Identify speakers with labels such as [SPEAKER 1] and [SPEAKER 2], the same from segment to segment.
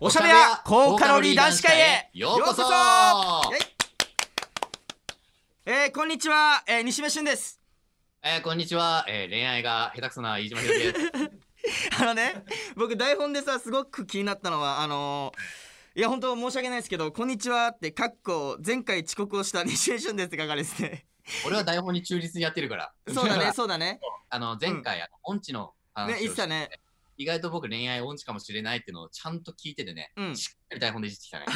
[SPEAKER 1] おしゃべや高カロリー男子会へ
[SPEAKER 2] ようこそ
[SPEAKER 1] よえいえーこんにちは、えー西部俊です。
[SPEAKER 2] えー、こんにちは、えー、恋愛が下手くそな飯島ひろきです。
[SPEAKER 1] あのね、僕台本でさ、すごく気になったのは、あのーいや本当申し訳ないですけど「こんにちは」って「かっこ前回遅刻をした 西部俊です」って書かれてて
[SPEAKER 2] 俺は台本に忠実にやってるから。
[SPEAKER 1] そう だね。そうだね
[SPEAKER 2] あの、前回、あの、音痴の話
[SPEAKER 1] ね
[SPEAKER 2] をして
[SPEAKER 1] 言ってたね
[SPEAKER 2] 意外と僕恋愛音痴かもしれないっていうのをちゃんと聞いててね、
[SPEAKER 1] うん
[SPEAKER 2] しっかり台本でいじってきたね。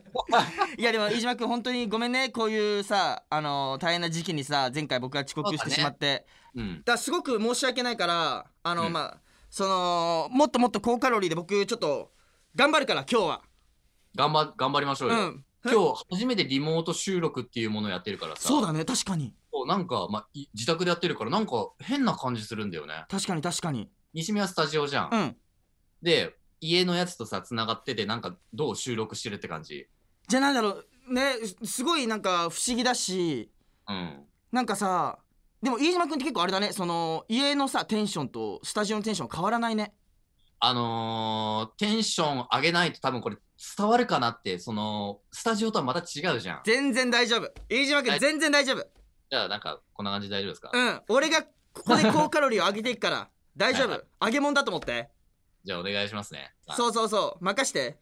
[SPEAKER 1] いやでも飯島君本当にごめんねこういうさあのー大変な時期にさ前回僕が遅刻してしまってだ,、
[SPEAKER 2] うん。
[SPEAKER 1] からすごく申し訳ないからあの、
[SPEAKER 2] うん
[SPEAKER 1] まあそのもっともっと高カロリーで僕ちょっと頑張るから今日は
[SPEAKER 2] 頑張、頑張りましょうよ。
[SPEAKER 1] うん
[SPEAKER 2] 今日初めてリモート収録っていうものをやってるからさ
[SPEAKER 1] そうだね確かに
[SPEAKER 2] そうなんか、まあ、い自宅でやってるからなんか変な感じするんだよね
[SPEAKER 1] 確かに確かに
[SPEAKER 2] 西宮スタジオじゃん、
[SPEAKER 1] うん
[SPEAKER 2] で家のやつとさつながっててなんかどう収録してるって感じ
[SPEAKER 1] じゃあなんだろうねすごいなんか不思議だし
[SPEAKER 2] うん
[SPEAKER 1] なんかさでも飯島君って結構あれだねその家のさテンションとスタジオのテンション変わらないね
[SPEAKER 2] あのー、テンション上げないと多分これ伝わるかなってそのスタジオとはまた違うじゃん
[SPEAKER 1] 全然大丈夫飯島君
[SPEAKER 2] はい
[SPEAKER 1] 全然大丈夫
[SPEAKER 2] じゃあなんかこんな感じで大丈夫ですか、
[SPEAKER 1] うん、俺がここで高カロリーを上げていくから大丈
[SPEAKER 2] は
[SPEAKER 1] 夫
[SPEAKER 2] い
[SPEAKER 1] 揚げ物だと思って
[SPEAKER 2] じゃあお願いしますねう
[SPEAKER 1] そうそうそう任して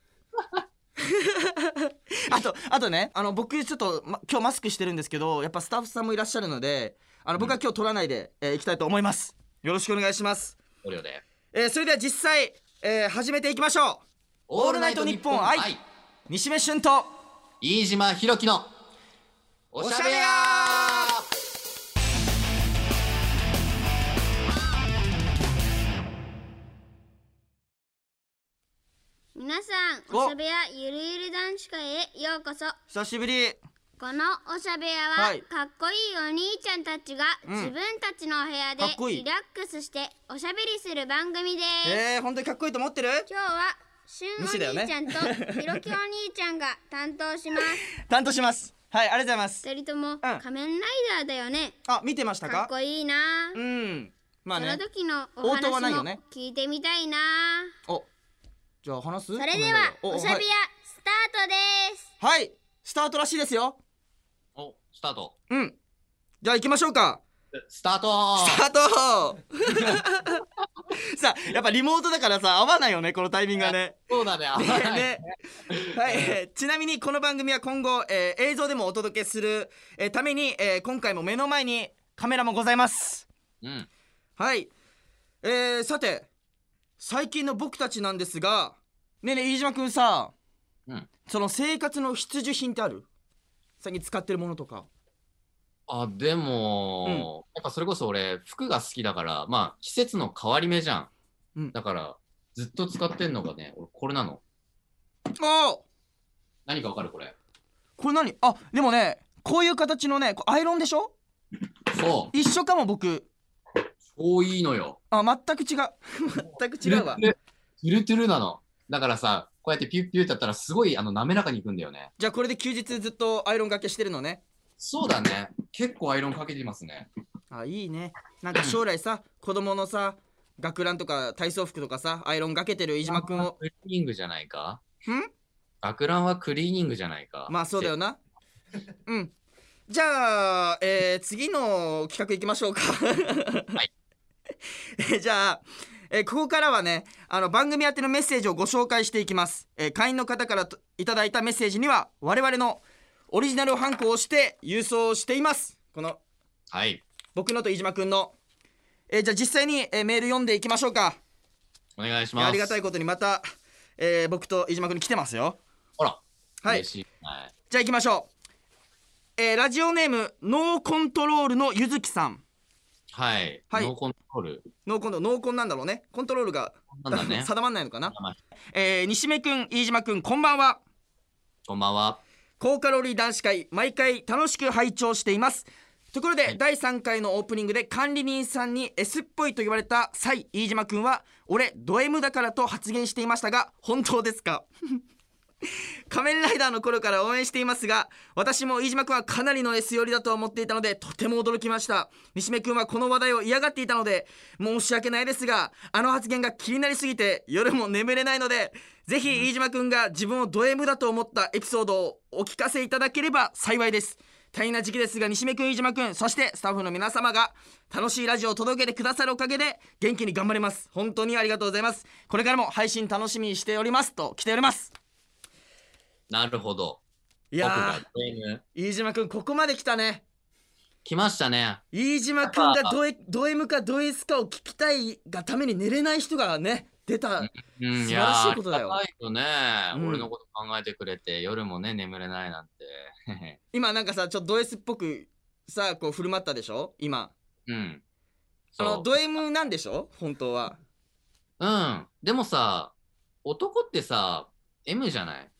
[SPEAKER 1] あとあとねあの僕ちょっと、ま、今日マスクしてるんですけどやっぱスタッフさんもいらっしゃるのであの僕は今日取らないで、えーいきたいと思いますよろしくお願いします、
[SPEAKER 2] お料で
[SPEAKER 1] えーそれでは実際、えー始めていきましょオールナイトニッポン愛う西目俊と
[SPEAKER 2] 飯島ひろきのおしゃべりや
[SPEAKER 3] 皆さん
[SPEAKER 1] お
[SPEAKER 3] おしゃべやゆるゆる男子会へようこそ
[SPEAKER 1] 久しぶり
[SPEAKER 3] このおしゃべやは、
[SPEAKER 1] はい
[SPEAKER 3] かっこいいお兄ちゃんたちが、
[SPEAKER 1] うん
[SPEAKER 3] 自分たちのお部屋で
[SPEAKER 1] かっこいい
[SPEAKER 3] リラックスしておしゃべりする番組です、
[SPEAKER 1] えー、本当にかっこいいと思ってる
[SPEAKER 3] 今日はしゅんお
[SPEAKER 1] 西だよね
[SPEAKER 3] 兄ちゃんと、ひろきお兄ちゃんが担当します
[SPEAKER 1] 担当しますはいありがとうございます
[SPEAKER 3] 二人とも、仮面ライダーだよね
[SPEAKER 1] あ見てましたか
[SPEAKER 3] かっこいいな、
[SPEAKER 1] うんまあね
[SPEAKER 3] その時のお
[SPEAKER 1] 応答はないよ
[SPEAKER 3] 話も
[SPEAKER 1] ね
[SPEAKER 3] 聞いてみたいな
[SPEAKER 1] おじゃあ話す
[SPEAKER 3] それではおしゃべやスタートです
[SPEAKER 1] はい、はいスタートらしいですよ
[SPEAKER 2] おスタート
[SPEAKER 1] うんじゃあ行きましょうか
[SPEAKER 2] スタート
[SPEAKER 1] スタート さあやっぱリモートだからさ合わないよねこのタイミングがね
[SPEAKER 2] そうだねあ
[SPEAKER 1] ねねはい、えーちなみにこの番組は今後、えー映像でもお届けする、えーために、えー今回も目の前にカメラもございます
[SPEAKER 2] うん
[SPEAKER 1] はいえー、さて最近の僕たちなんですがねえねえ飯島くんさ
[SPEAKER 2] うん
[SPEAKER 1] その生活の必需品ってある最近使ってるものとか
[SPEAKER 2] あでも、やっぱそれこそ俺服が好きだからまあ季節の変わり目じゃん、
[SPEAKER 1] うん
[SPEAKER 2] だからずっと使ってんのがね俺 これなの
[SPEAKER 1] ああ
[SPEAKER 2] 何かわかるこれ
[SPEAKER 1] これ何あでもねこういう形のねこれアイロンでしょ
[SPEAKER 2] そう
[SPEAKER 1] 一緒かも僕
[SPEAKER 2] 超いいのよ
[SPEAKER 1] あ全く違う 全く違うわ
[SPEAKER 2] トゥルトゥルトゥルなのだからさこうやってピュッピュッってやったらすごいあの滑らかにいくんだよね
[SPEAKER 1] じゃあこれで休日ずっとアイロンがけしてるのね
[SPEAKER 2] そうだね結構アイロンかけてますね
[SPEAKER 1] あいいねなんか将来さ子供のさ学ランとか体操服とかさアイロンがけてる飯島くんを
[SPEAKER 2] クリーニングじゃないか
[SPEAKER 1] ん
[SPEAKER 2] 学ランはクリーニングじゃないか
[SPEAKER 1] まあそうだよな うんじゃあ、えー次の企画いきましょうかはい じゃあ、えーここからはねあの番組宛てのメッセージをご紹介していきます、えー会員の方からといただいたメッセージには我々のオリジナルをハンコをして郵送していますこの
[SPEAKER 2] はい
[SPEAKER 1] 僕のと飯島くんの、えーじゃあ実際に、えーメール読んでいきましょうか
[SPEAKER 2] お願いし
[SPEAKER 1] い
[SPEAKER 2] ま
[SPEAKER 1] や
[SPEAKER 2] す
[SPEAKER 1] ありがたい
[SPEAKER 2] こ
[SPEAKER 1] ことにまた、えー僕と飯島くんに来てますよ
[SPEAKER 2] とほら
[SPEAKER 1] はい
[SPEAKER 2] 嬉しい、はい、
[SPEAKER 1] じゃあ行きましょう、えーラジオネームノーコントロールのゆずきさん
[SPEAKER 2] はい、
[SPEAKER 1] はい
[SPEAKER 2] ノーコントロール
[SPEAKER 1] ノーコントノーコンなんだろうねコントロールが
[SPEAKER 2] なんだ ね
[SPEAKER 1] 定まんないのかな
[SPEAKER 2] まあ、
[SPEAKER 1] えー西目くん飯島くんこんばんは
[SPEAKER 2] こんばんは。
[SPEAKER 1] 高カロリー男子会毎回楽しく拝聴していますところで、
[SPEAKER 2] はい
[SPEAKER 1] 第3回のオープニングで管理人さんに S っぽいと言われた際飯島くんは俺ド M だからと発言していましたが本当ですか仮面ライダーの頃から応援していますが私も飯島くんはかなりの S 寄りだと思っていたのでとても驚きました西目くんはこの話題を嫌がっていたので申し訳ないですがあの発言が気になりすぎて夜も眠れないのでぜひ飯島くんが自分をド M だと思ったエピソードをお聞かせいただければ幸いです大変な時期ですが西目くん飯島くんそしてスタッフの皆様が楽しいラジオを届けてくださるおかげで元気に頑張れます本当にありがとうございますこれからも配信楽しみにしておりますと来ております
[SPEAKER 2] なるほど。
[SPEAKER 1] いや
[SPEAKER 2] 僕
[SPEAKER 1] ー
[SPEAKER 2] がド M。
[SPEAKER 1] 飯島くんここまで来たね
[SPEAKER 2] 来ましたね。
[SPEAKER 1] 飯島くんがドエド M かド S かを聞きたいがために寝れない人がね出た
[SPEAKER 2] うん、
[SPEAKER 1] 素晴らしいことだよ
[SPEAKER 2] やーありがたいよね、
[SPEAKER 1] うん
[SPEAKER 2] 俺のこと考えてくれて、夜もね、眠れないなんて。
[SPEAKER 1] 今なんかさちょっとド S っぽくさこう振る舞ったでしょ今
[SPEAKER 2] うん。
[SPEAKER 1] あ
[SPEAKER 2] そ
[SPEAKER 1] の
[SPEAKER 2] う。
[SPEAKER 1] ド M なんでしょ本当は
[SPEAKER 2] うん。でもさ、男ってさ、M じゃない、
[SPEAKER 1] う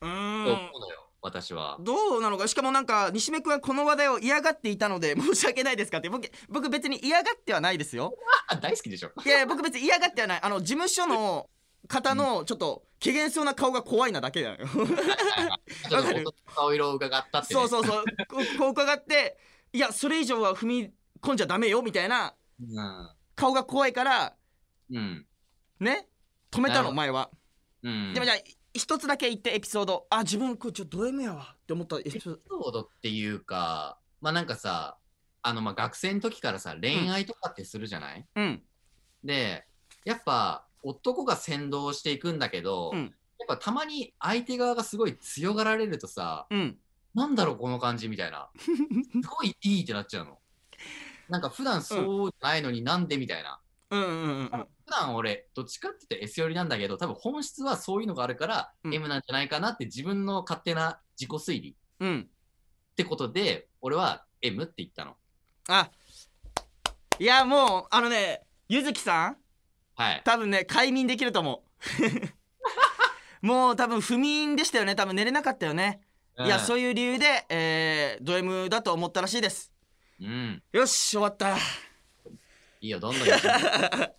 [SPEAKER 2] と
[SPEAKER 1] ん
[SPEAKER 2] 思うのよ、私は。
[SPEAKER 1] どうなのかしかもなんか西目くんはこの話題を嫌がっていたので 申し訳ないですかって僕僕別に嫌がってはないですよ
[SPEAKER 2] あ、大好きでしょ。
[SPEAKER 1] いやい や僕別に嫌がってはないあの事務所の方のちょっと機嫌そうな顔が怖いなだけだよ
[SPEAKER 2] ちょっと男の顔色を伺ったって、ね。
[SPEAKER 1] そうそうそうこうこう伺っていやそれ以上は踏み込んじゃダメよみたいな
[SPEAKER 2] うん。
[SPEAKER 1] 顔が怖いから
[SPEAKER 2] うん。
[SPEAKER 1] ね止めた
[SPEAKER 2] なる
[SPEAKER 1] の
[SPEAKER 2] ほど
[SPEAKER 1] 前は、
[SPEAKER 2] うん。
[SPEAKER 1] でもじゃあ一つだけ言ってエピソードあ自分これちょっとド M やわって思ったエピソード
[SPEAKER 2] エピソードっていうか、まあなんかさ、あのまあ学生の時からさ、恋愛とかってするじゃない、
[SPEAKER 1] うん
[SPEAKER 2] で、やっぱ男が先導していくんだけど、
[SPEAKER 1] うん
[SPEAKER 2] やっぱたまに相手側がすごい強がられるとさ、
[SPEAKER 1] うん
[SPEAKER 2] なんだろうこの感じみた いな、すごいいいってなっちゃうの。なんか普段そうじゃないのになんでみたいな。
[SPEAKER 1] うんうんうんうん
[SPEAKER 2] 普段俺、どっちかって言って S 寄りなんだけど、多分本質はそういうのがあるから
[SPEAKER 1] うん
[SPEAKER 2] M なんじゃないかなって自分の勝手な自己推理。
[SPEAKER 1] うん
[SPEAKER 2] ってことで、俺は M って言ったの。
[SPEAKER 1] あいやもうあのねゆずきさん
[SPEAKER 2] はい。
[SPEAKER 1] 多分ね快眠できると思う もう多分不眠でしたよね多分寝れなかったよね、いやそうういう理由で、えー、ド M だと思ったらしいです
[SPEAKER 2] いう。うん。
[SPEAKER 1] よし終わった
[SPEAKER 2] いいよ、どんど ん言って。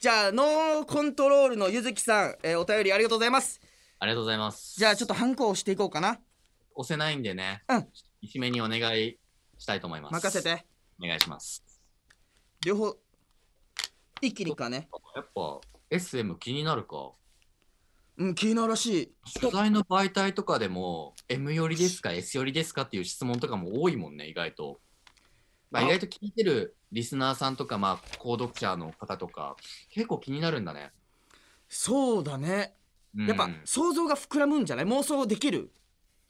[SPEAKER 1] じゃあノーコントロールのゆずきさん、えーお便りありがとうございます
[SPEAKER 2] ありがとうございます。
[SPEAKER 1] じゃあちょっとハンコを押していこうかな
[SPEAKER 2] 押せないんでね、
[SPEAKER 1] うん
[SPEAKER 2] 一目にお願いしたいと思います。
[SPEAKER 1] 任せ。て
[SPEAKER 2] お願いします。
[SPEAKER 1] 両方一気にかね
[SPEAKER 2] やっぱ SM 気になるか。
[SPEAKER 1] うん気になるらしい
[SPEAKER 2] 取材の媒体とかでも M 寄りですか S 寄りですかっていう質問とかも多いもんね、意外と。まあ、
[SPEAKER 1] あ
[SPEAKER 2] 意外と聞いてるリスナーさんとか、まあ、購読者の方とか、結構気になるんだね。
[SPEAKER 1] そうだね
[SPEAKER 2] うん
[SPEAKER 1] やっぱ想像が膨らむんじゃない妄想できる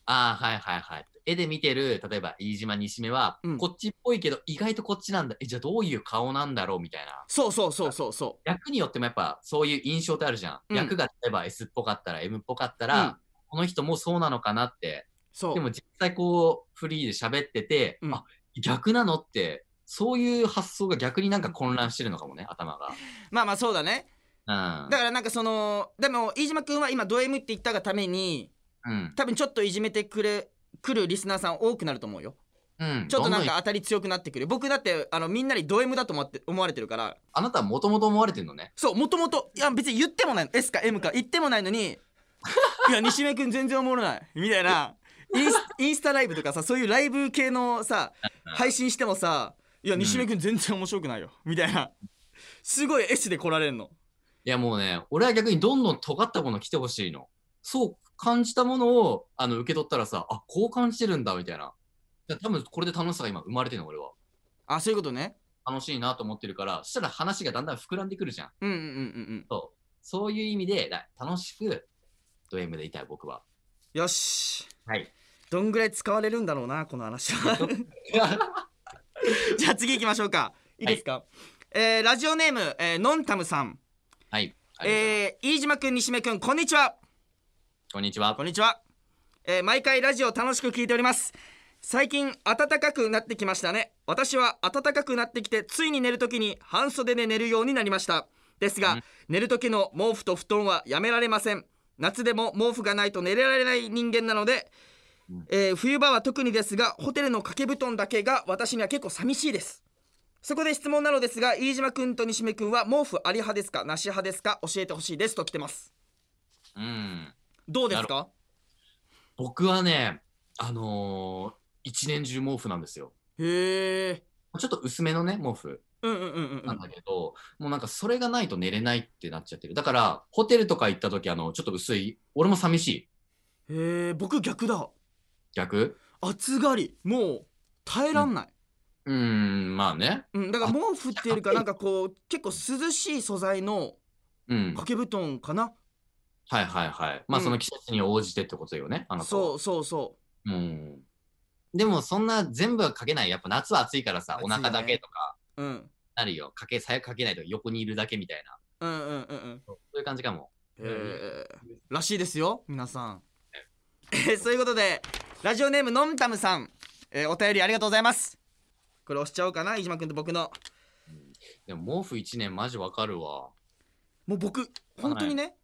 [SPEAKER 2] ああ、はいはいはい。絵で見てる、例えば飯島西目は、
[SPEAKER 1] うん
[SPEAKER 2] こっちっぽいけど、意外とこっちなんだ。え、じゃあどういう顔なんだろうみたいな。
[SPEAKER 1] そうそうそうそうそ
[SPEAKER 2] 役によってもやっぱそういう印象ってあるじゃん。
[SPEAKER 1] うん
[SPEAKER 2] 役が例えば S っぽかったら M っぽかった
[SPEAKER 1] う
[SPEAKER 2] ら、
[SPEAKER 1] ん
[SPEAKER 2] この人もそうなのかなって。
[SPEAKER 1] うそう
[SPEAKER 2] でも実際こうフリーで喋ってて、
[SPEAKER 1] うん
[SPEAKER 2] あ逆なのって、そういう発想が逆になんか混乱してるのかもね、頭
[SPEAKER 1] まあまあそうだね
[SPEAKER 2] が。うん。
[SPEAKER 1] だからなんかそのでも飯島君は今ド M って言ったがために
[SPEAKER 2] うん。
[SPEAKER 1] 多分ちょっといじめてくれくるリスナーさん多くなると思うよ
[SPEAKER 2] うん。
[SPEAKER 1] ちょっとなん
[SPEAKER 2] どど
[SPEAKER 1] か当たり強くなってくる僕だってあのみんなにド M だと思って思われてるから
[SPEAKER 2] あなたはもともと思われてるのね。
[SPEAKER 1] そうもともといや別に言ってもないの S か M か言ってもないのにいや西目君全然おもろないみたいなインスインスタライブとかさそういうライブ系のさ配信してもさいや
[SPEAKER 2] うん
[SPEAKER 1] 西目君全然面白くないよみたいなすごい S で来られるの
[SPEAKER 2] いやもうね、俺は逆にどんどん尖ったもの来てほしいの。そう感じたものをあの受け取ったらさ、あこう感じてるんだみたいな。だから多分これで楽しさが今生まれてるの、俺は。
[SPEAKER 1] あそういうことね
[SPEAKER 2] 楽しいなと思ってるから、そしたら話がだんだん膨らんでくるじゃん。
[SPEAKER 1] うんうんうんうん
[SPEAKER 2] そう。そういう意味で、だ楽しくド M でいたい、僕は。
[SPEAKER 1] うんよし
[SPEAKER 2] はい。
[SPEAKER 1] どんぐらい使われるんだろうなこの話 はじゃあ次行きましょうかいいですか、えーラジオネーム、えーのんたむさん、
[SPEAKER 2] はい。
[SPEAKER 1] え
[SPEAKER 2] え
[SPEAKER 1] ー、飯島くん西目くんこんにちは
[SPEAKER 2] こんにちは
[SPEAKER 1] こ。んにちは、えー毎回ラジオ楽しく聞いております最近暖かくなってきましたね私は暖かくなってきてついに寝るときに半袖で寝るようになりましたですが、
[SPEAKER 2] うん
[SPEAKER 1] 寝る時の毛布と布団はやめられません夏でも毛布がないと寝られない人間なので、
[SPEAKER 2] うん
[SPEAKER 1] えー冬場は特にですがホテルの掛け布団だけが私には結構寂しいですそこで質問なのですが飯島くんと西目くんは毛布あり派ですかなし派ですか教えてほしいですと来てます
[SPEAKER 2] うん。
[SPEAKER 1] どうですか
[SPEAKER 2] 僕はね、あのー一年中毛布なんですよ。
[SPEAKER 1] へえ
[SPEAKER 2] ちょっと薄めのね、毛布
[SPEAKER 1] うんうんうんう
[SPEAKER 2] なん
[SPEAKER 1] ん
[SPEAKER 2] だけど、もうなんかそれがないと寝れないってなっちゃってる。だから、ホテルとか行った時、あの、ちょっと薄い、俺も寂しい。
[SPEAKER 1] へえ僕逆だ
[SPEAKER 2] 逆
[SPEAKER 1] 暑がりもう耐えらんない、
[SPEAKER 2] うーん、まあね。
[SPEAKER 1] うんだから毛布っていうよりかなんかこう結構涼しい素材の
[SPEAKER 2] うん。
[SPEAKER 1] 掛け布団かな、
[SPEAKER 2] はいはいはい。まあ
[SPEAKER 1] うん
[SPEAKER 2] その季節に応じてってことよね、あなたは
[SPEAKER 1] そうそうそう
[SPEAKER 2] うん。でもそんな全部はかけない。やっぱ夏は暑いからさ、
[SPEAKER 1] 暑い
[SPEAKER 2] お
[SPEAKER 1] ね
[SPEAKER 2] 腹だけとか
[SPEAKER 1] うん
[SPEAKER 2] なるよ。かけ、最悪かけないと横にいるだけみたいな。
[SPEAKER 1] うんうんうんうん
[SPEAKER 2] そういう感じかも。
[SPEAKER 1] えーらしいですよ皆さんえーそういうことでラジオネームのんたむさん、えーお便りありがとうございますこれ押しちゃおうかな飯島君と僕の
[SPEAKER 2] でも毛布1年マジわかるわ。
[SPEAKER 1] もう僕本当にね、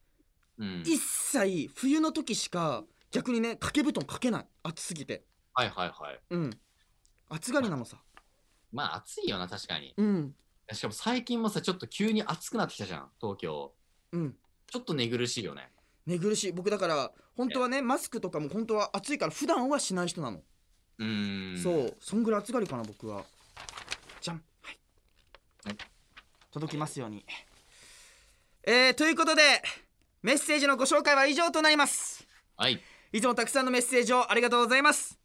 [SPEAKER 2] うん。
[SPEAKER 1] 一切冬の時しか逆にね掛け布団かけない暑すぎて
[SPEAKER 2] はいはいはい。
[SPEAKER 1] うん暑がりなのさ
[SPEAKER 2] まあ暑いよな、確かに。
[SPEAKER 1] うん
[SPEAKER 2] しかも最近もさ、ちょっと急に暑くなってきたじゃん、東京。
[SPEAKER 1] うん
[SPEAKER 2] ちょっと寝苦しいよね。
[SPEAKER 1] 寝苦しい僕だから本当はねマスクとかも本当は暑いから普段はしない人なの、
[SPEAKER 2] うーん。
[SPEAKER 1] そうそんぐらい暑がりかな僕はじゃんはい、
[SPEAKER 2] はい
[SPEAKER 1] 届きますようにえー、ということでメッセージのご紹介は以上となります
[SPEAKER 2] はい。
[SPEAKER 1] いつもたくさんのメッセージをありがとうございます。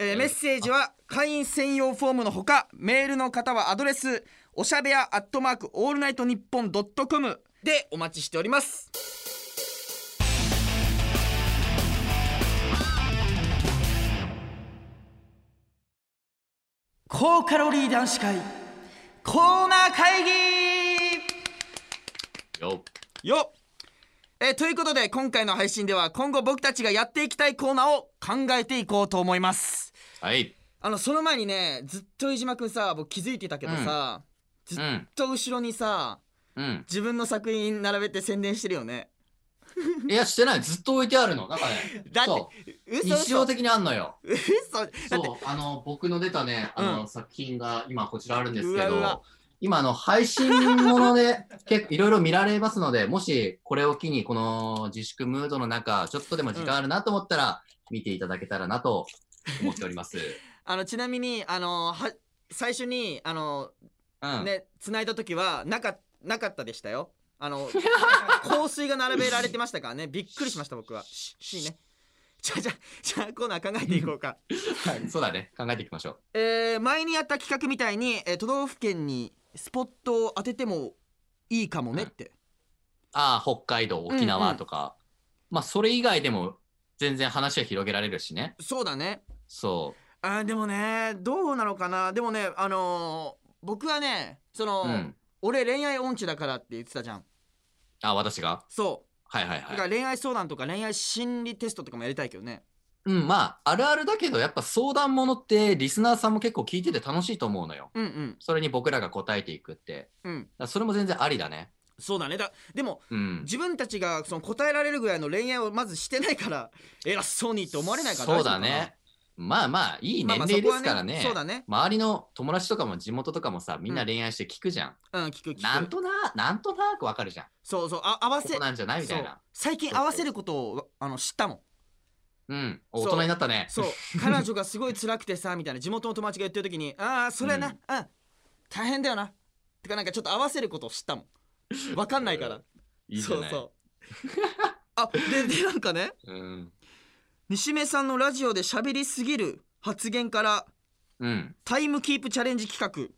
[SPEAKER 1] えー
[SPEAKER 2] うん
[SPEAKER 1] メッセージは会員専用フォームのほかメールの方はアドレスおしゃべやアットマークオールナイトニッポンドットコムでお待ちしております高カロリー男子会コーナー会議
[SPEAKER 2] よ。
[SPEAKER 1] よっえーということで今回の配信では今後僕たちがやっていきたいコーナーを考えていこうと思います
[SPEAKER 2] はい。
[SPEAKER 1] あのその前にねずっと飯島くんさ僕気づいてたけどさ、ず
[SPEAKER 2] う
[SPEAKER 1] っ
[SPEAKER 2] ん。
[SPEAKER 1] と後ろにさ
[SPEAKER 2] うん。
[SPEAKER 1] 自分の作品並べて宣伝してるよね
[SPEAKER 2] いや、してない。ずっと置いてあるの。なんかね。
[SPEAKER 1] だって
[SPEAKER 2] そう
[SPEAKER 1] 嘘
[SPEAKER 2] 日常
[SPEAKER 1] 嘘
[SPEAKER 2] 的にあんのよ。
[SPEAKER 1] 嘘だ
[SPEAKER 2] そ
[SPEAKER 1] っ
[SPEAKER 2] う
[SPEAKER 1] て、
[SPEAKER 2] あの、僕の出たね、あの、
[SPEAKER 1] うん
[SPEAKER 2] 作品が今こちらあるんですけ
[SPEAKER 1] うわうわ
[SPEAKER 2] ど、今、あの、配信もので、 結構いろいろ見られますので、もしこれを機に、この自粛ムードの中、ちょっとでも時間あるなと思ったら、見ていただけたらなと思っており ます。
[SPEAKER 1] あのちなみにあのは最初にあの
[SPEAKER 2] うん。
[SPEAKER 1] ね繋いだ時はなかなかったでしたよあ の香水が並べられてましたからねびっくりしました僕 はししいねじゃあじゃあじゃあコーナー考えていこうか
[SPEAKER 2] はいそうだね。考えていきましょう。
[SPEAKER 1] えー前にやった企画みたいに、えー都道府県にスポットを当ててもいいかもねって、
[SPEAKER 2] ああ、北海道、沖
[SPEAKER 1] うんう
[SPEAKER 2] 縄
[SPEAKER 1] ん
[SPEAKER 2] とか、まあ、それ以外でも全然話は広げられるしね。
[SPEAKER 1] そうだね
[SPEAKER 2] そ
[SPEAKER 1] あーでもねどうなのかなでもねあのー僕はねその、
[SPEAKER 2] う。うん。
[SPEAKER 1] 俺恋愛音痴だからって言ってたじゃん
[SPEAKER 2] あ、私が
[SPEAKER 1] そ
[SPEAKER 2] はいはいう
[SPEAKER 1] だか
[SPEAKER 2] はい。
[SPEAKER 1] ら恋愛相談とか恋愛心理テストとかもやりたいけどね
[SPEAKER 2] うん、まあ、あるあるだけど、やっぱ相談ものって、リスナーさんも結構聞いてて楽しいと思うのよ。
[SPEAKER 1] うんうん
[SPEAKER 2] それに僕らが答えていくって。
[SPEAKER 1] う
[SPEAKER 2] だか
[SPEAKER 1] ん
[SPEAKER 2] らそれも全然ありだね。
[SPEAKER 1] そうだねだでも
[SPEAKER 2] うん。
[SPEAKER 1] 自分たちがその答えられるぐらいの恋愛をまずしてないから 偉そうにって思われないから
[SPEAKER 2] そ
[SPEAKER 1] 大丈
[SPEAKER 2] う
[SPEAKER 1] 夫
[SPEAKER 2] だ
[SPEAKER 1] かな
[SPEAKER 2] ね。まあまあ、いい
[SPEAKER 1] まあ
[SPEAKER 2] 年
[SPEAKER 1] まあ
[SPEAKER 2] 齢ですからね。
[SPEAKER 1] そこはねそうだね
[SPEAKER 2] 周りの友達とかも地元とかもさ、みんな恋愛して聞くじゃん。
[SPEAKER 1] うん聞く聞く
[SPEAKER 2] なんとな、なんとなくわかるじゃん。
[SPEAKER 1] そうそうあ合わ
[SPEAKER 2] こ
[SPEAKER 1] せ
[SPEAKER 2] こなんじゃないみたい
[SPEAKER 1] そう
[SPEAKER 2] な。
[SPEAKER 1] 最近合わせることをあの知った もん
[SPEAKER 2] うん。
[SPEAKER 1] そう
[SPEAKER 2] 大人になったね。
[SPEAKER 1] そう彼女がすごい辛くてさみたいな地元の友達が言ってる時 に「ああそれな、
[SPEAKER 2] う
[SPEAKER 1] うん大変だよな」てかなんかちょっと合わせることを知ったもんわかんないから
[SPEAKER 2] いいじゃない。
[SPEAKER 1] そうそう あででなんかね
[SPEAKER 2] うん。
[SPEAKER 1] 西目さんのラジオで喋りすぎる発言から
[SPEAKER 2] うん。
[SPEAKER 1] タイムキープチャレンジ企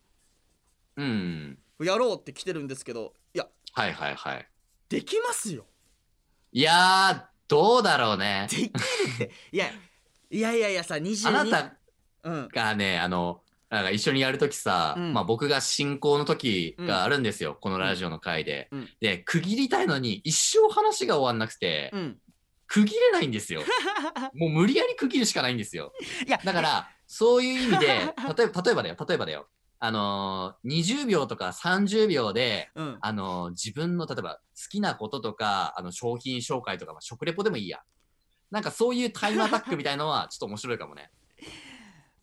[SPEAKER 2] うん。
[SPEAKER 1] 画やろうって来てるんですけどいや
[SPEAKER 2] はいはいはい。
[SPEAKER 1] できますよ
[SPEAKER 2] いやー、どうだろう ね
[SPEAKER 1] で。きる っていやいやいやいやさ22
[SPEAKER 2] あなた
[SPEAKER 1] うん
[SPEAKER 2] がね、あの、なんか一緒にやるときさ、
[SPEAKER 1] うん
[SPEAKER 2] まあ僕が進行の時があるんですよ、このラジオの回で、
[SPEAKER 1] うん
[SPEAKER 2] で、区切りたいのに一生話が終わんなくて、
[SPEAKER 1] うん
[SPEAKER 2] 区切れないんですよ。もう無理やり区切るしかないんですよ。
[SPEAKER 1] いや
[SPEAKER 2] だから、そういう意味で、 例えば、例えばだよ、例えばだよ。あのー、20秒とか30秒で、
[SPEAKER 1] うん
[SPEAKER 2] あの、自分の例えば好きなこととか、あの商品紹介とか、まあ、食レポでもいいや。なんかそういうタイムアタックみたいのはちょっと面白いかもね。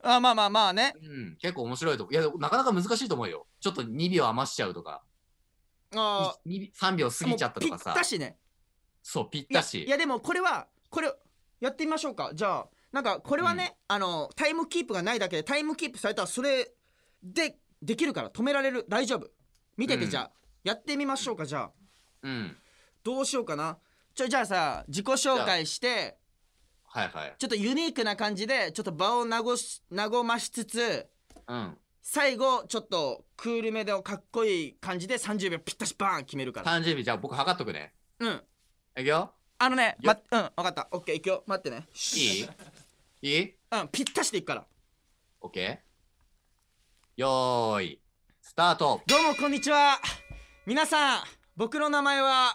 [SPEAKER 1] あまあまあまあね
[SPEAKER 2] うん、結構面白いと思う。いや、なかなか難しいと思うよ。ちょっと2秒余しちゃうとか、
[SPEAKER 1] あー
[SPEAKER 2] にに3秒過ぎちゃったとか
[SPEAKER 1] もう
[SPEAKER 2] さ
[SPEAKER 1] ぴっ。たしね
[SPEAKER 2] そう、ぴっ
[SPEAKER 1] いや
[SPEAKER 2] たし。
[SPEAKER 1] いやでもこれはこれやってみましょうかじゃあなんかこれはね、あのタイムキープがないだけでタイムキープされたらそれでできるから止められる大丈夫見てて
[SPEAKER 2] うん
[SPEAKER 1] じゃあ、やってみましょうかじゃあ
[SPEAKER 2] うん。
[SPEAKER 1] どうしようかなちょじゃあさ自己紹介して
[SPEAKER 2] はいはい。
[SPEAKER 1] ちょっとユニークな感じでちょっと場を和し和ましつつ
[SPEAKER 2] うん。
[SPEAKER 1] 最後ちょっとクールめでかっこいい感じで30秒ピッタシバーン決めるから
[SPEAKER 2] 誕生日、じゃあ僕測っとくね。
[SPEAKER 1] うん
[SPEAKER 2] いくよ。
[SPEAKER 1] あのね、ま、
[SPEAKER 2] よ
[SPEAKER 1] うん分かったオッケーいくよ待ってね
[SPEAKER 2] いいいい
[SPEAKER 1] うんピッタシでいくから
[SPEAKER 2] ?OK? よーい、スタート
[SPEAKER 1] どうもこんにちは皆さん僕の名前は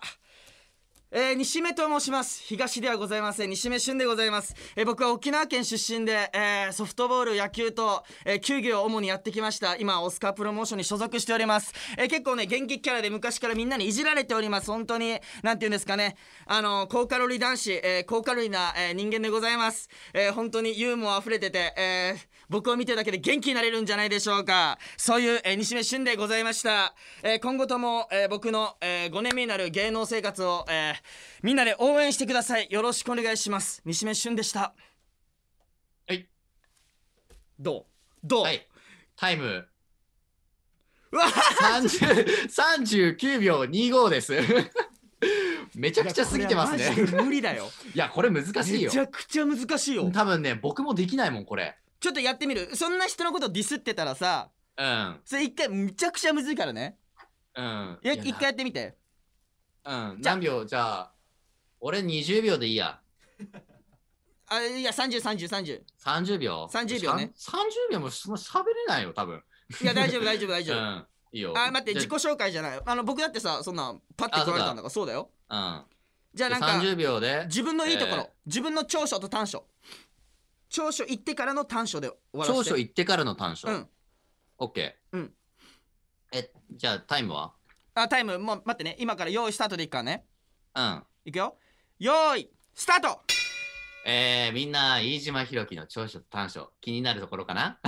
[SPEAKER 1] えー、西目と申します東ではございません西目俊でございます、えー僕は沖縄県出身で、えーソフトボール野球と、えー球技を主にやってきました今オスカープロモーションに所属しております、えー結構ね元気キャラで昔からみんなにいじられております本当になんて言うんですかねあの高カロリー男子、えー高カロリーな、えー人間でございます、えー本当にユーモア溢れてて、えー僕を見てるだけで元気になれるんじゃないでしょうかそういう、えー西目俊でございました、えー今後とも、えー僕の、え5年目になる芸能生活を、えーみんなで応援してくださいよろしくお願いします西目俊でした
[SPEAKER 2] はい
[SPEAKER 1] どうどう、
[SPEAKER 2] はい、タイム
[SPEAKER 1] うわ
[SPEAKER 2] 30 39秒25です。 めちゃくちゃ過ぎてます
[SPEAKER 1] いや
[SPEAKER 2] ね
[SPEAKER 1] これ。はマジで無理だよ
[SPEAKER 2] いや、これ難しい
[SPEAKER 1] め
[SPEAKER 2] よ
[SPEAKER 1] ち。ゃくちゃ難しいよ
[SPEAKER 2] 多分ね、僕もできないもん、これ。
[SPEAKER 1] ちょっとやってみるそんな人のことディスってたらさ
[SPEAKER 2] うん。
[SPEAKER 1] それ一回むちゃくちゃむずいからね
[SPEAKER 2] うん。
[SPEAKER 1] いや
[SPEAKER 2] いや
[SPEAKER 1] 一回やってみて
[SPEAKER 2] うん。
[SPEAKER 1] じゃあ
[SPEAKER 2] 何秒じゃあ、俺20秒でいいや。
[SPEAKER 1] あいや303030
[SPEAKER 2] 30秒。
[SPEAKER 1] 30秒ね
[SPEAKER 2] さん。30秒もそんな喋れないよ、多分。
[SPEAKER 1] いや大丈夫大丈夫大
[SPEAKER 2] う
[SPEAKER 1] 丈夫、
[SPEAKER 2] ん。いいよ。
[SPEAKER 1] あ待って
[SPEAKER 2] じゃ
[SPEAKER 1] 自己紹介じゃないあの僕だってさそんなパッて
[SPEAKER 2] あ
[SPEAKER 1] 来られたんだからそうだよ
[SPEAKER 2] うん。
[SPEAKER 1] じゃあなんか
[SPEAKER 2] 30秒で。
[SPEAKER 1] 自分のいいところ、
[SPEAKER 2] えー
[SPEAKER 1] 自分の長所と短所長所言ってからの短所で終わら
[SPEAKER 2] 長
[SPEAKER 1] せ
[SPEAKER 2] 所
[SPEAKER 1] て
[SPEAKER 2] 行ってからの短所。
[SPEAKER 1] うん
[SPEAKER 2] OK。
[SPEAKER 1] うん。
[SPEAKER 2] え、じゃあタイムは
[SPEAKER 1] あタイムもう待ってね今から用意スタートでいくからね
[SPEAKER 2] うん。
[SPEAKER 1] いくよ用意スタート
[SPEAKER 2] えー、みんな、飯島ひろきの長所と短所、気になるところかな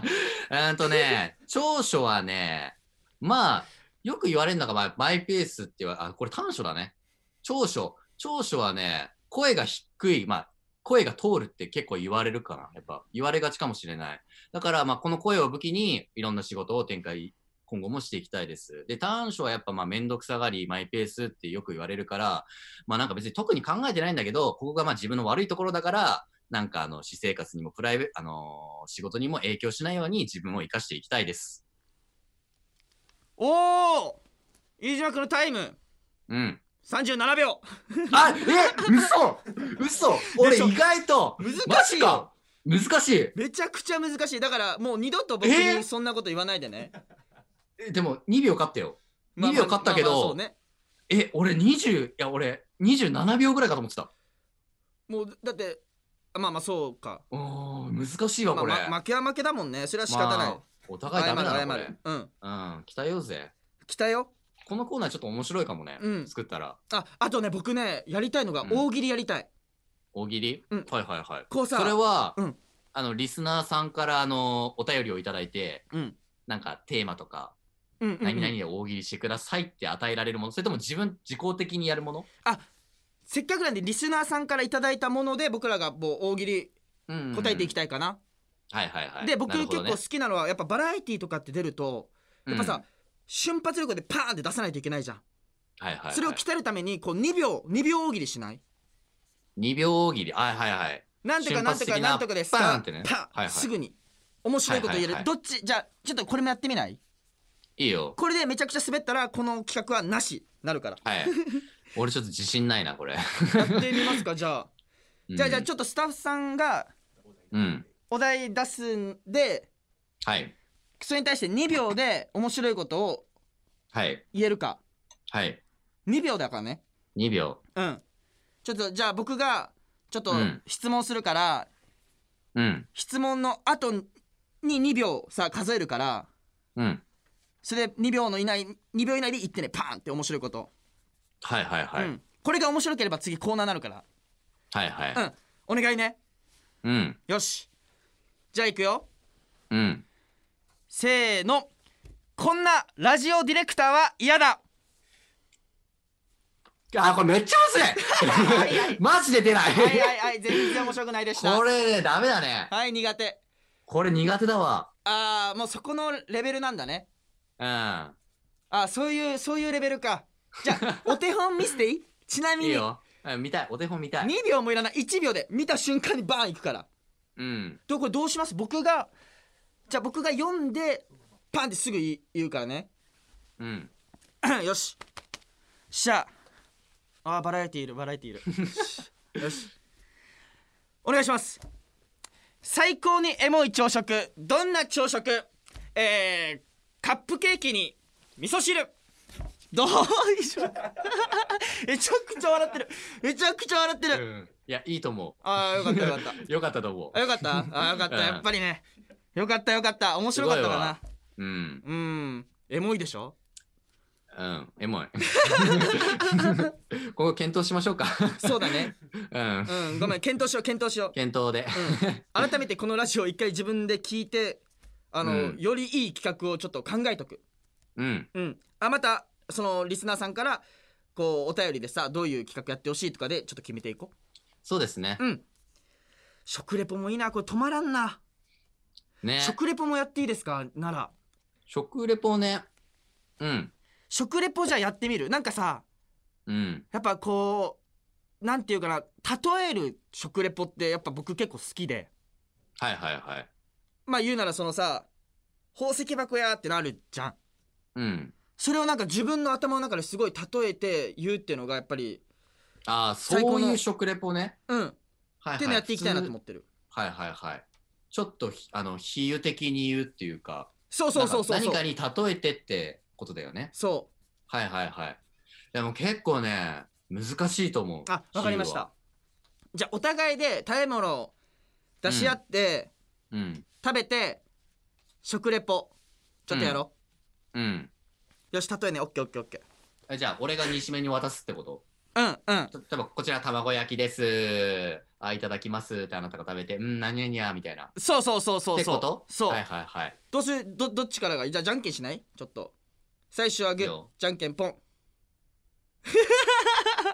[SPEAKER 2] うーんとね、長所はね、まあ、よく言われるのが、まあマイペースって言わあ、これ短所だね。長所。長所はね、声が低い。まあ、声が通るって結構言われるかな。やっぱ、言われがちかもしれない。だから、まあ、この声を武器に、いろんな仕事を展開、今後もしていきたいです。で、短所はやっぱ、まあ、めんどくさがり、マイペースってよく言われるから、まあなんか別に特に考えてないんだけど、ここがまあ自分の悪いところだから、なんかあの、私生活にもプライベ、あのー仕事にも影響しないように自分を生かしていきたいです。
[SPEAKER 1] おお飯島君のタイム
[SPEAKER 2] うん。
[SPEAKER 1] 37秒
[SPEAKER 2] あ、え、 嘘嘘
[SPEAKER 1] 俺
[SPEAKER 2] 俺
[SPEAKER 1] 意
[SPEAKER 2] 意外と
[SPEAKER 1] 難しいよ
[SPEAKER 2] 難しい
[SPEAKER 1] めちゃくちゃ難しいだからもう二度と僕
[SPEAKER 2] え
[SPEAKER 1] に
[SPEAKER 2] ー
[SPEAKER 1] そんなこと言わないでね、
[SPEAKER 2] えでも2秒勝ったよ。
[SPEAKER 1] まあ
[SPEAKER 2] 2秒勝ったけど
[SPEAKER 1] まあまあそうね
[SPEAKER 2] え、俺20、いや俺27秒ぐらいかと思ってた。
[SPEAKER 1] もうだってまあまあそうか
[SPEAKER 2] おー、難しいわ
[SPEAKER 1] まあ
[SPEAKER 2] これ。
[SPEAKER 1] ま負けは負けだもんねそれは仕方ない、
[SPEAKER 2] まあお互いダメだなこ
[SPEAKER 1] 謝
[SPEAKER 2] れ。
[SPEAKER 1] る謝るうん
[SPEAKER 2] うん、鍛えようぜ。
[SPEAKER 1] 来たよ
[SPEAKER 2] このコーナーちょっと面白いかもね。
[SPEAKER 1] うん
[SPEAKER 2] 作ったら。
[SPEAKER 1] ああとね僕ねやりたいのが
[SPEAKER 2] うん
[SPEAKER 1] 大喜利やりたい、
[SPEAKER 2] 大喜利、
[SPEAKER 1] うん
[SPEAKER 2] はいはいはい。
[SPEAKER 1] こうさ
[SPEAKER 2] それは、
[SPEAKER 1] うん
[SPEAKER 2] あのリスナーさんからあのお便りをいただいて
[SPEAKER 1] うん
[SPEAKER 2] なんかテーマとか、
[SPEAKER 1] うんうんうん
[SPEAKER 2] 何々で大喜利してくださいって与えられるものそれとも自分自己的にやるもの、
[SPEAKER 1] せっかくなんでリスナーさんからいただいたもので僕らがもう大喜利
[SPEAKER 2] うん
[SPEAKER 1] 答えていき
[SPEAKER 2] たい
[SPEAKER 1] たいかな、
[SPEAKER 2] はいはいはい
[SPEAKER 1] で僕
[SPEAKER 2] なる
[SPEAKER 1] 結
[SPEAKER 2] ほど
[SPEAKER 1] 構
[SPEAKER 2] ね
[SPEAKER 1] 好きなのはやっぱバラエティとかって出るとやっぱさ、瞬発力でパーンって出さないといけないじゃん、
[SPEAKER 2] うんはいはいはい、
[SPEAKER 1] それを鍛えるためにこう2秒2秒大喜利しない
[SPEAKER 2] 2秒大喜利はいはいはい
[SPEAKER 1] なんとか
[SPEAKER 2] 瞬
[SPEAKER 1] なんと
[SPEAKER 2] 発
[SPEAKER 1] か
[SPEAKER 2] 的な
[SPEAKER 1] なんとかです
[SPEAKER 2] パーンってね
[SPEAKER 1] パーン
[SPEAKER 2] はいはい
[SPEAKER 1] すぐに面白いこと言える、
[SPEAKER 2] はいはいはい
[SPEAKER 1] どっちじゃあちょっとこれもやってみない
[SPEAKER 2] いいよ
[SPEAKER 1] これでめちゃくちゃ滑ったらこの企画はなしなる から
[SPEAKER 2] はい俺ちょっと自信ないなこれ
[SPEAKER 1] やってみますかじゃあじゃあじゃあち
[SPEAKER 2] ょ
[SPEAKER 1] ょっとスタッフさんが
[SPEAKER 2] うん
[SPEAKER 1] お題出すんで
[SPEAKER 2] はい
[SPEAKER 1] それに対して2秒で面白いことを
[SPEAKER 2] はい
[SPEAKER 1] 言えるか
[SPEAKER 2] はい
[SPEAKER 1] 2秒だからね
[SPEAKER 2] 2秒
[SPEAKER 1] うんちょっとじゃあ僕がちょっと
[SPEAKER 2] うん
[SPEAKER 1] 質問するから、
[SPEAKER 2] うん
[SPEAKER 1] 質問の後に2秒さ数えるから
[SPEAKER 2] うん
[SPEAKER 1] それで2秒の以内2秒以内で言ってねパーンって面白いこと、
[SPEAKER 2] はいはいはい、
[SPEAKER 1] うん、これが面白ければ次コーナーになるから
[SPEAKER 2] はいは
[SPEAKER 1] うんお願いね
[SPEAKER 2] いうん
[SPEAKER 1] よしじゃあいくよ
[SPEAKER 2] うん
[SPEAKER 1] せーのこんなラジオディレクターは嫌だ
[SPEAKER 2] あ、これめっちゃむずい マジで出ない
[SPEAKER 1] はいはいはい全然面白くないでした
[SPEAKER 2] これね、ダメだね。
[SPEAKER 1] はい苦手
[SPEAKER 2] これ苦手だわ。
[SPEAKER 1] ああもうそこのレベルなんだね
[SPEAKER 2] うん。
[SPEAKER 1] あーそういうそういうレベルかじゃあお手本見せ ていいちなみ
[SPEAKER 2] いい
[SPEAKER 1] に
[SPEAKER 2] よ。うん見たい。お手本見たい。
[SPEAKER 1] 2秒もいらない1秒で見た瞬間にバーンいくから
[SPEAKER 2] うん。
[SPEAKER 1] どうこれどうします僕がじゃあ僕が読んでパンってすぐ言い言うからね
[SPEAKER 2] うん。
[SPEAKER 1] よししゃああーバラエティーいるバラエティーいるよし よしお願いします最高にエモい朝食どんな朝食えー、カップケーキに味噌汁どうでしょう かめちゃくちゃ笑ってるめちゃくちゃ笑ってる、
[SPEAKER 2] うんいや、いいと思
[SPEAKER 1] ああよかったよかった
[SPEAKER 2] う。よかったと思
[SPEAKER 1] あよかったあよかったやっぱりねよかったよかった面白かったか
[SPEAKER 2] すごい
[SPEAKER 1] な
[SPEAKER 2] わう。うん。
[SPEAKER 1] うんエモいでしょ
[SPEAKER 2] うん。エ モい。ここ検討しましょうか。
[SPEAKER 1] そうだね
[SPEAKER 2] うん。
[SPEAKER 1] うんごめん検討しよう検討しよう
[SPEAKER 2] 検討で。
[SPEAKER 1] うん、改めてこのラジオを一回自分で聞いてあの、
[SPEAKER 2] うん
[SPEAKER 1] よりいい企画をちょっと考えとく、
[SPEAKER 2] うん。
[SPEAKER 1] うん、あまたそのリスナーさんからこうお便りでさどういう企画やってほしいとかでちょっと決めていこ
[SPEAKER 2] そうですね
[SPEAKER 1] う。うん食レポもいいなこれ止まらんな、
[SPEAKER 2] ね。
[SPEAKER 1] 食レポもやっていいですかなら
[SPEAKER 2] 食レポね。うん。
[SPEAKER 1] 食レポじゃやってみるなんかさ
[SPEAKER 2] うん。
[SPEAKER 1] やっぱこうなんていうかな例える食レポってやっぱ僕結構好きで
[SPEAKER 2] はいはいはい。
[SPEAKER 1] まあ言うならそのさ宝石箱やってなるじゃん
[SPEAKER 2] うん。
[SPEAKER 1] それをなんか自分の頭の中ですごい例えて言うっていうのがやっぱり
[SPEAKER 2] ああ、
[SPEAKER 1] 最高
[SPEAKER 2] そ
[SPEAKER 1] の
[SPEAKER 2] ういう食レポね。
[SPEAKER 1] うんっ
[SPEAKER 2] はいはい。
[SPEAKER 1] ていうのやっていきたいなと
[SPEAKER 2] 普
[SPEAKER 1] 思ってる、
[SPEAKER 2] 通はいはいはい。ちょっとひ、あの、比喩的に言うっていうか。
[SPEAKER 1] そうそうそうそう
[SPEAKER 2] なん
[SPEAKER 1] そう
[SPEAKER 2] か何かに例えてってことだよね。
[SPEAKER 1] そ
[SPEAKER 2] はいはいはい。でも結構ね、難しいと思う。
[SPEAKER 1] うあわかりましたじゃあお互いで食べ物を出し合って、
[SPEAKER 2] 比喩は。うん。
[SPEAKER 1] 食べて食レポちょっとやろ
[SPEAKER 2] うん。
[SPEAKER 1] う、よし例えねオッケーオッケーオッケ
[SPEAKER 2] えじゃあ、俺が西目に渡すってこと
[SPEAKER 1] ーうんうん
[SPEAKER 2] た例えば、こちら卵焼きです。あ、いただきます。ってあなたが食べて、うん、何々や、みたいな。
[SPEAKER 1] そうそうそうそう
[SPEAKER 2] って
[SPEAKER 1] そ
[SPEAKER 2] こ
[SPEAKER 1] う
[SPEAKER 2] と
[SPEAKER 1] そう、
[SPEAKER 2] はいはいはい。
[SPEAKER 1] どうするどどっちからがいいじゃあじゃんけんしないちょっと最初はグ
[SPEAKER 2] いい
[SPEAKER 1] ー
[SPEAKER 2] よ
[SPEAKER 1] じゃんけんポン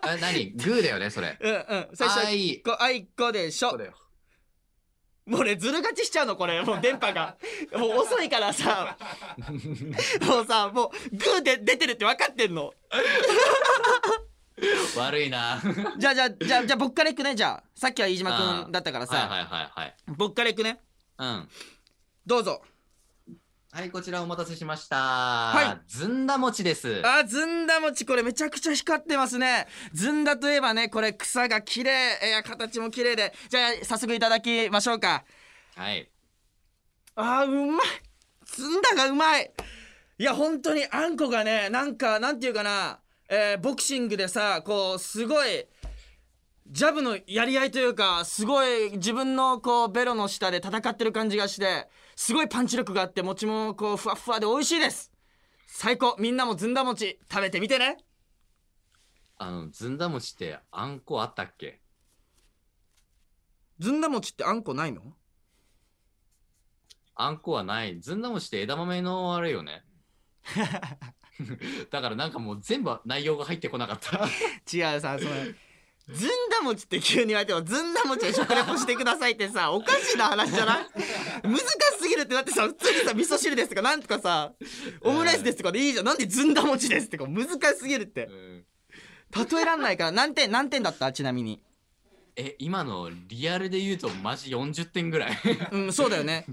[SPEAKER 2] あ、 何グーだよね、それ。
[SPEAKER 1] うんうん最初は
[SPEAKER 2] はい
[SPEAKER 1] 一個あいっこでしょ
[SPEAKER 2] そうだよ。
[SPEAKER 1] もう俺ずる勝ちしちゃうのこれもう電波 がもう遅いからさもうさもうグーで出てるって分かってんの
[SPEAKER 2] 悪いな。はい
[SPEAKER 1] じゃあじゃあじゃあじゃあ僕からいくねじゃあさっきは飯島
[SPEAKER 2] あ
[SPEAKER 1] 君
[SPEAKER 2] ー
[SPEAKER 1] だったからさ、
[SPEAKER 2] はいはい
[SPEAKER 1] 僕からいくね
[SPEAKER 2] はい。うん。
[SPEAKER 1] どうぞ
[SPEAKER 2] はい、こちらお待たせしました。
[SPEAKER 1] は
[SPEAKER 2] ずんだ餅です。
[SPEAKER 1] あーずんだ餅これめちゃくちゃ光ってますねずんだといえばねこれ草が綺麗えー形も綺麗でじゃあ早速いただきましょうか
[SPEAKER 2] はい。
[SPEAKER 1] あーうまいずんだがうまいいや本当にあんこがねなんかなんていうかな、えーボクシングでさこうすごいジャブのやり合いというかすごい自分のこうベロの下で戦ってる感じがしてすごいパンチ力があって餅もこうふわっふわで美味しいです最高みんなもずんだ餅食べてみてね
[SPEAKER 2] あの、ずんだ餅ってあんこあったっけ
[SPEAKER 1] ずんだ餅ってあんこないの
[SPEAKER 2] あんこはない。ずんだ餅って枝豆のあれ よね。だからなんかもう全部内容が入ってこなかった。
[SPEAKER 1] 違うさそれずんだ餅って急に言われてもずんだ餅で食レポしてくださいってさおかしな話じゃない 難しすぎるってだってさ普通にさ味噌汁ですとかなんとかさオムライスですとかでいいじゃんなんでずんだ餅ですってか難しすぎるって
[SPEAKER 2] うん
[SPEAKER 1] 例えらんないから何点何点だったちなみに
[SPEAKER 2] え、今のリアルで言うとマジ40点ぐらい。
[SPEAKER 1] うんそうだよね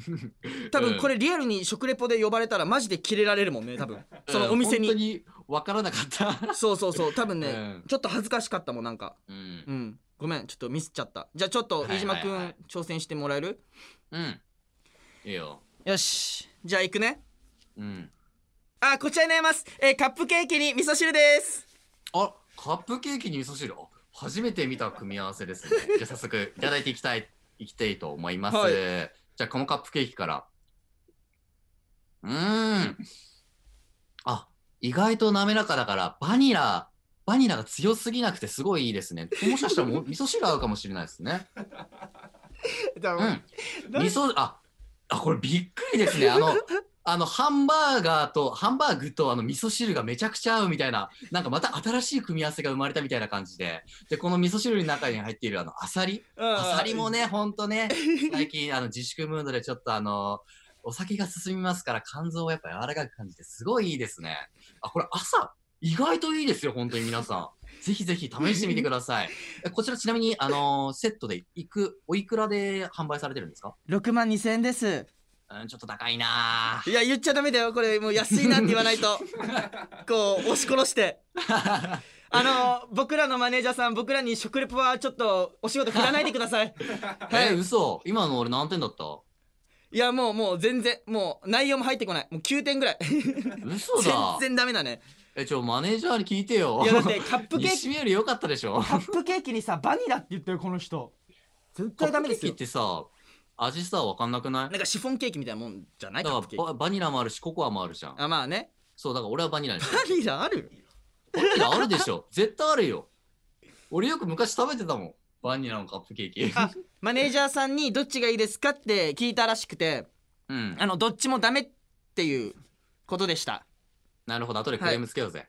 [SPEAKER 1] 多分これリアルに食レポで呼ばれたらマジでキレられるもんね多分そのお店
[SPEAKER 2] うん本当
[SPEAKER 1] に
[SPEAKER 2] に分からなか った。
[SPEAKER 1] そうそうそう多分ね、
[SPEAKER 2] うん
[SPEAKER 1] ちょっと恥ずかしかったもんなんか
[SPEAKER 2] うん
[SPEAKER 1] う。んごめんちょっとミスっちゃったじゃあちょっと飯島君、
[SPEAKER 2] はいはいはい
[SPEAKER 1] 挑戦してもらえる
[SPEAKER 2] うん。いいよ。
[SPEAKER 1] よしじゃあ行くね
[SPEAKER 2] うん。
[SPEAKER 1] あこちらになります、えーカップケーキに味噌汁です
[SPEAKER 2] あ、カップケーキに味噌汁。あ初めて見た組み合わせです ね。じゃあ早速いただいていきたい、いきたいと思います。
[SPEAKER 1] はい
[SPEAKER 2] じゃあこのカップケーキから。うーん。あ、意外と滑らかだから、バニラ、バニラが強すぎなくてすごいいいですね。もしかしたらもう味噌汁合うかもしれないですね。
[SPEAKER 1] だ
[SPEAKER 2] うん。味噌、あ、あ、これびっくりですね。あの、あの、ハンバーガーと、ハンバーグと、あの、味噌汁がめちゃくちゃ合うみたいな、なんかまた新しい組み合わせが生まれたみたいな感じで、で、この味噌汁の中に入っている、あの、アサリ。アサリもね、ほんと ね、最近、あの、自粛ムードでちょっとあの、お酒が進みますから、肝臓をやっぱ柔らかく感じて、すごいいいですね。あ、これ朝、意外といいですよ、本当に皆さ ん。ぜひぜひ試してみてください。えこちらちなみに、あのセットでいく、おいくらで販売されてるんですか
[SPEAKER 1] 6万2000円です
[SPEAKER 2] うん、ちょっと高いなぁ。
[SPEAKER 1] いや言っちゃダメだよこれもう安いなって言わない とこう押し殺してあの僕らのマネージャーさん僕らに食レポはちょっとお仕事振らないでくだ さいは
[SPEAKER 2] え、
[SPEAKER 1] い
[SPEAKER 2] 嘘。今の俺何点だった
[SPEAKER 1] いやもうもう全然もう内容も入ってこないもう9点ぐらい
[SPEAKER 2] 嘘
[SPEAKER 1] 全
[SPEAKER 2] だ。
[SPEAKER 1] 然ダメだね
[SPEAKER 2] え、ちょ、マネージャーに聞いてよ。
[SPEAKER 1] いやだ ってカップケーキ
[SPEAKER 2] 西より良かったでしょ。
[SPEAKER 1] カップケーキにさバニラって言ってるこの人絶
[SPEAKER 2] カ
[SPEAKER 1] 対ダ
[SPEAKER 2] ップ
[SPEAKER 1] メで
[SPEAKER 2] ケー
[SPEAKER 1] す
[SPEAKER 2] キっ
[SPEAKER 1] よ
[SPEAKER 2] てさ、味さ、わかんなくない
[SPEAKER 1] なんかシフォンケーキみたいなもんじゃない
[SPEAKER 2] だ
[SPEAKER 1] カッ
[SPEAKER 2] か
[SPEAKER 1] プケ
[SPEAKER 2] ら
[SPEAKER 1] ーキ
[SPEAKER 2] バ、バニラもあるし、ココアもあるじゃん。
[SPEAKER 1] あまあね
[SPEAKER 2] そう、だから俺はバニラにし
[SPEAKER 1] バ
[SPEAKER 2] た
[SPEAKER 1] ニラある
[SPEAKER 2] バニラあるでしょ。絶対あるよ。俺よく昔食べてたもん。バニラのカップケーキ。
[SPEAKER 1] あマネージャーさんにどっちがいいですかって聞いたらしくて
[SPEAKER 2] うん。
[SPEAKER 1] あのどっちもダメっていうことでした
[SPEAKER 2] なるほど、後でクレームつけようぜ。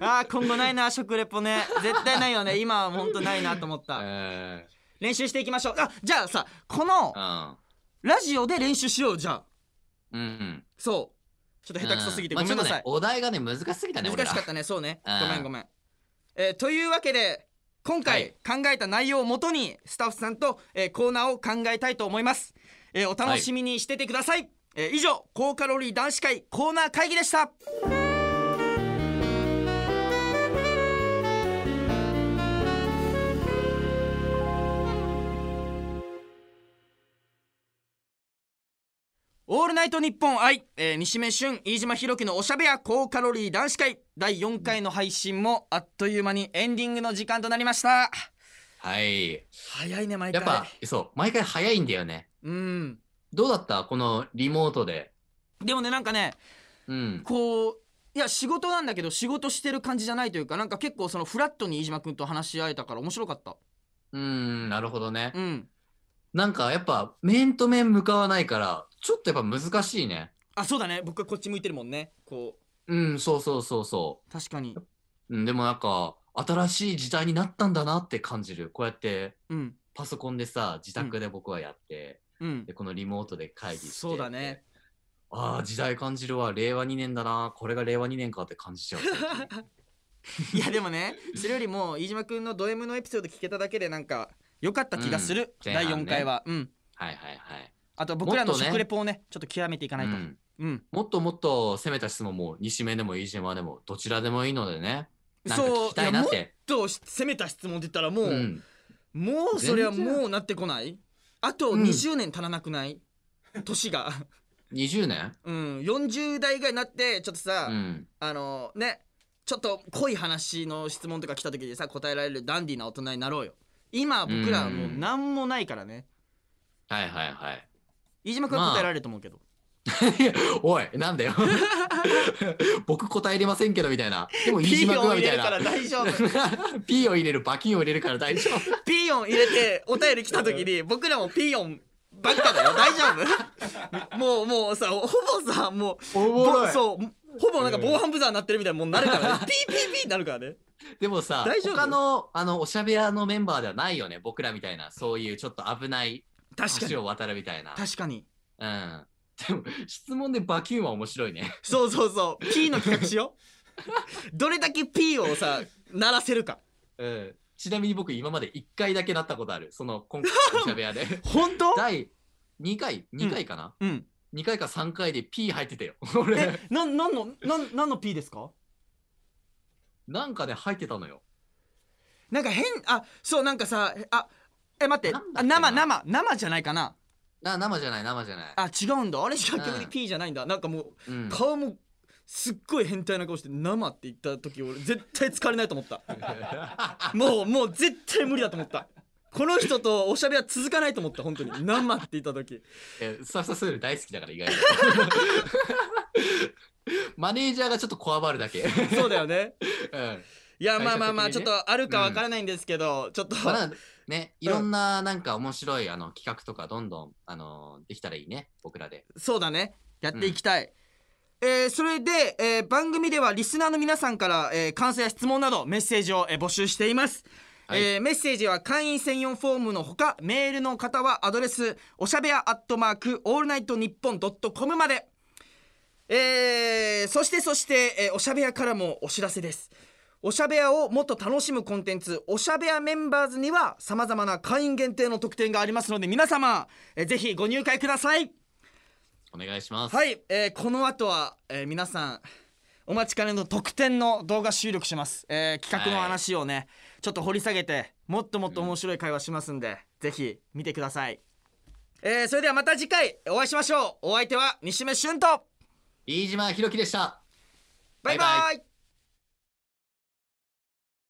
[SPEAKER 1] あー今後ないな食レポね絶対ないよね今はほんとないなと思った
[SPEAKER 2] え
[SPEAKER 1] 練習していきましょうあじゃあさこの
[SPEAKER 2] ー
[SPEAKER 1] ラジオで練習しようじゃあ
[SPEAKER 2] うん。うん。
[SPEAKER 1] そうちょっと下手くそすぎて
[SPEAKER 2] う
[SPEAKER 1] ご
[SPEAKER 2] んま
[SPEAKER 1] め
[SPEAKER 2] あ
[SPEAKER 1] んなさい
[SPEAKER 2] ちょっとね、お題がね、難しすぎたね、
[SPEAKER 1] 難
[SPEAKER 2] 俺
[SPEAKER 1] し
[SPEAKER 2] ら
[SPEAKER 1] かったねそうね
[SPEAKER 2] うん
[SPEAKER 1] ごめんごめん、えーというわけで今回考えた内容をもとにスタッフさんと、えーコーナーを考えたいと思います、えーお楽しみにしててください、えー以上高カロリー男子会コーナー会議でしたオールナイトニッポン愛、えー西目俊飯島ひろきのおしゃべや高カロリー男子会第4回の配信もあっという間にエンディングの時間となりました
[SPEAKER 2] はい。
[SPEAKER 1] 早いね毎
[SPEAKER 2] や
[SPEAKER 1] 回
[SPEAKER 2] っぱ、そう、毎回早いんだよね。
[SPEAKER 1] うん
[SPEAKER 2] どうだったこのリモートで。
[SPEAKER 1] でもねなんかね
[SPEAKER 2] うん。
[SPEAKER 1] こういや仕事なんだけど仕事してる感じじゃないというかなんか結構そのフラットに飯島君と話し合えたから面白かった
[SPEAKER 2] うーん、なるほどね。
[SPEAKER 1] うん
[SPEAKER 2] なんかやっぱ、面と面向かわないから、ちょっとやっぱ難しいね。
[SPEAKER 1] あそうだね僕はこっち向いてるもんねこ
[SPEAKER 2] うん、そうそうそうそう
[SPEAKER 1] 確かに
[SPEAKER 2] う。うん、でもなんか、新しい時代になったんだなって感じる。こうやって、
[SPEAKER 1] うん
[SPEAKER 2] パソコンでさ、自宅で僕はやって、
[SPEAKER 1] うん
[SPEAKER 2] で、このリモートで会議して。
[SPEAKER 1] そうだね。
[SPEAKER 2] ああ、時代感じるわ。令和2年だな。これが令和2年かって感じ ちゃう。
[SPEAKER 1] いやでもねそれよりも飯島君のド M のエピソード聞けただけでなんか良かった気がする、
[SPEAKER 2] うん前
[SPEAKER 1] 第
[SPEAKER 2] 半ね
[SPEAKER 1] 4回は、うん
[SPEAKER 2] はいはいはい。
[SPEAKER 1] あと僕らの
[SPEAKER 2] もっとね
[SPEAKER 1] 食レポをねちょっと極めていかないと
[SPEAKER 2] うん
[SPEAKER 1] うん、
[SPEAKER 2] もっともっと攻めた質問も西面でも飯島でもどちらでもいいのでね。なんか
[SPEAKER 1] そう
[SPEAKER 2] 聞きたいなって。
[SPEAKER 1] と攻めた質問って言ったらもう、
[SPEAKER 2] うん、
[SPEAKER 1] もうそれはもうなってこないあと
[SPEAKER 2] うん
[SPEAKER 1] 20年足らなくない、年が
[SPEAKER 2] 20年
[SPEAKER 1] うん40代ぐらいになってちょっとさ、
[SPEAKER 2] うん。
[SPEAKER 1] あのねちょっと濃い話の質問とか来た時にさ答えられるダンディーな大人になろうよ今僕らはもう何もないからね
[SPEAKER 2] はいはいはい。
[SPEAKER 1] 飯島君は答えられると思うけど、
[SPEAKER 2] おい、なん だよ。 僕答えれませんけどみたいな。でも飯島君はみたいな。
[SPEAKER 1] 大丈夫
[SPEAKER 2] P を入れる、バキンを入れるから大丈夫。
[SPEAKER 1] ピーヨン入れてお便り来た時に僕らもピーヨンばっかだよ大丈 夫もうもうさほぼさもう
[SPEAKER 2] お
[SPEAKER 1] ぼそうほぼなんか防犯ブザーになってるみたいなもんなるからね ピーピーピーになるからね
[SPEAKER 2] でもさ
[SPEAKER 1] 大、丈夫
[SPEAKER 2] 他の、あの、おしゃべやのメンバーではないよね。僕らみたいな、そういうちょっと危ない
[SPEAKER 1] 確かに
[SPEAKER 2] 橋を渡るみたいな。
[SPEAKER 1] 確かに
[SPEAKER 2] うん。でも、質問でバキュンは面白いね。
[SPEAKER 1] そうそうそうピーの企画しよ うどれだけピーをさ鳴らせるか
[SPEAKER 2] うんちなみに僕今まで1回だけなったことあるその今回のおしゃ べやで
[SPEAKER 1] 本当
[SPEAKER 2] 第2回2回かな、
[SPEAKER 1] うん
[SPEAKER 2] 2回か3回で P 入ってたよ俺
[SPEAKER 1] えなんなんのなんなんのピーですか
[SPEAKER 2] なんかね入ってたのよ
[SPEAKER 1] なんか変あそうなんかさあえ待って
[SPEAKER 2] なんだ
[SPEAKER 1] あ
[SPEAKER 2] っけな
[SPEAKER 1] 生生生じゃないかな
[SPEAKER 2] な生じゃない生じゃない、
[SPEAKER 1] あ違うんだあれしか逆に
[SPEAKER 2] うん
[SPEAKER 1] P じゃないんだなんかもう
[SPEAKER 2] うん、
[SPEAKER 1] 顔もすっごい変態な顔して生って言った時俺絶対疲れないと思 ったもうもう絶対無理だと思ったこの人とおしゃべりは続かないと思った本当に生って言った時
[SPEAKER 2] えスタッフさんそういうの大好きだから 意外とマネージャーがちょっとこわばるだけ、
[SPEAKER 1] そうだよね
[SPEAKER 2] うん、
[SPEAKER 1] いやまあまあまあ
[SPEAKER 2] 対
[SPEAKER 1] ち
[SPEAKER 2] 策
[SPEAKER 1] ょっ
[SPEAKER 2] 的にね
[SPEAKER 1] とあるかわからないんですけど、ちょっと、
[SPEAKER 2] まあなんかね、いろんななんか面白いあの企画とかどんどんあのできたらいいね、僕らで。
[SPEAKER 1] そうだねやっていきたい、えーそれで、えー番組ではリスナーの皆さんから、えー感想や質問などメッセージを、えー募集しています、
[SPEAKER 2] はい
[SPEAKER 1] えーメッセージは会員専用フォームのほかメールの方はアドレスおしゃべやアットマークオールナイトニッポンドットコムまでえーそしてそして、えーおしゃべやからもお知らせですおしゃべやをもっと楽しむコンテンツおしゃべやメンバーズにはさまざまな会員限定の特典がありますので皆様、えーぜひご入会ください
[SPEAKER 2] お願いします。
[SPEAKER 1] はい、えーこの後は、えー皆さんお待ちかねの特典の動画収録します、えー企画の話をね、ちょっと掘り下げてもっともっと面白い会話しますんで、ぜひ見てください、えーそれではまた次回お会いしましょうお相手は西目俊と
[SPEAKER 2] 飯島ひろきでした。
[SPEAKER 1] バイバイ
[SPEAKER 2] バイバ
[SPEAKER 1] イ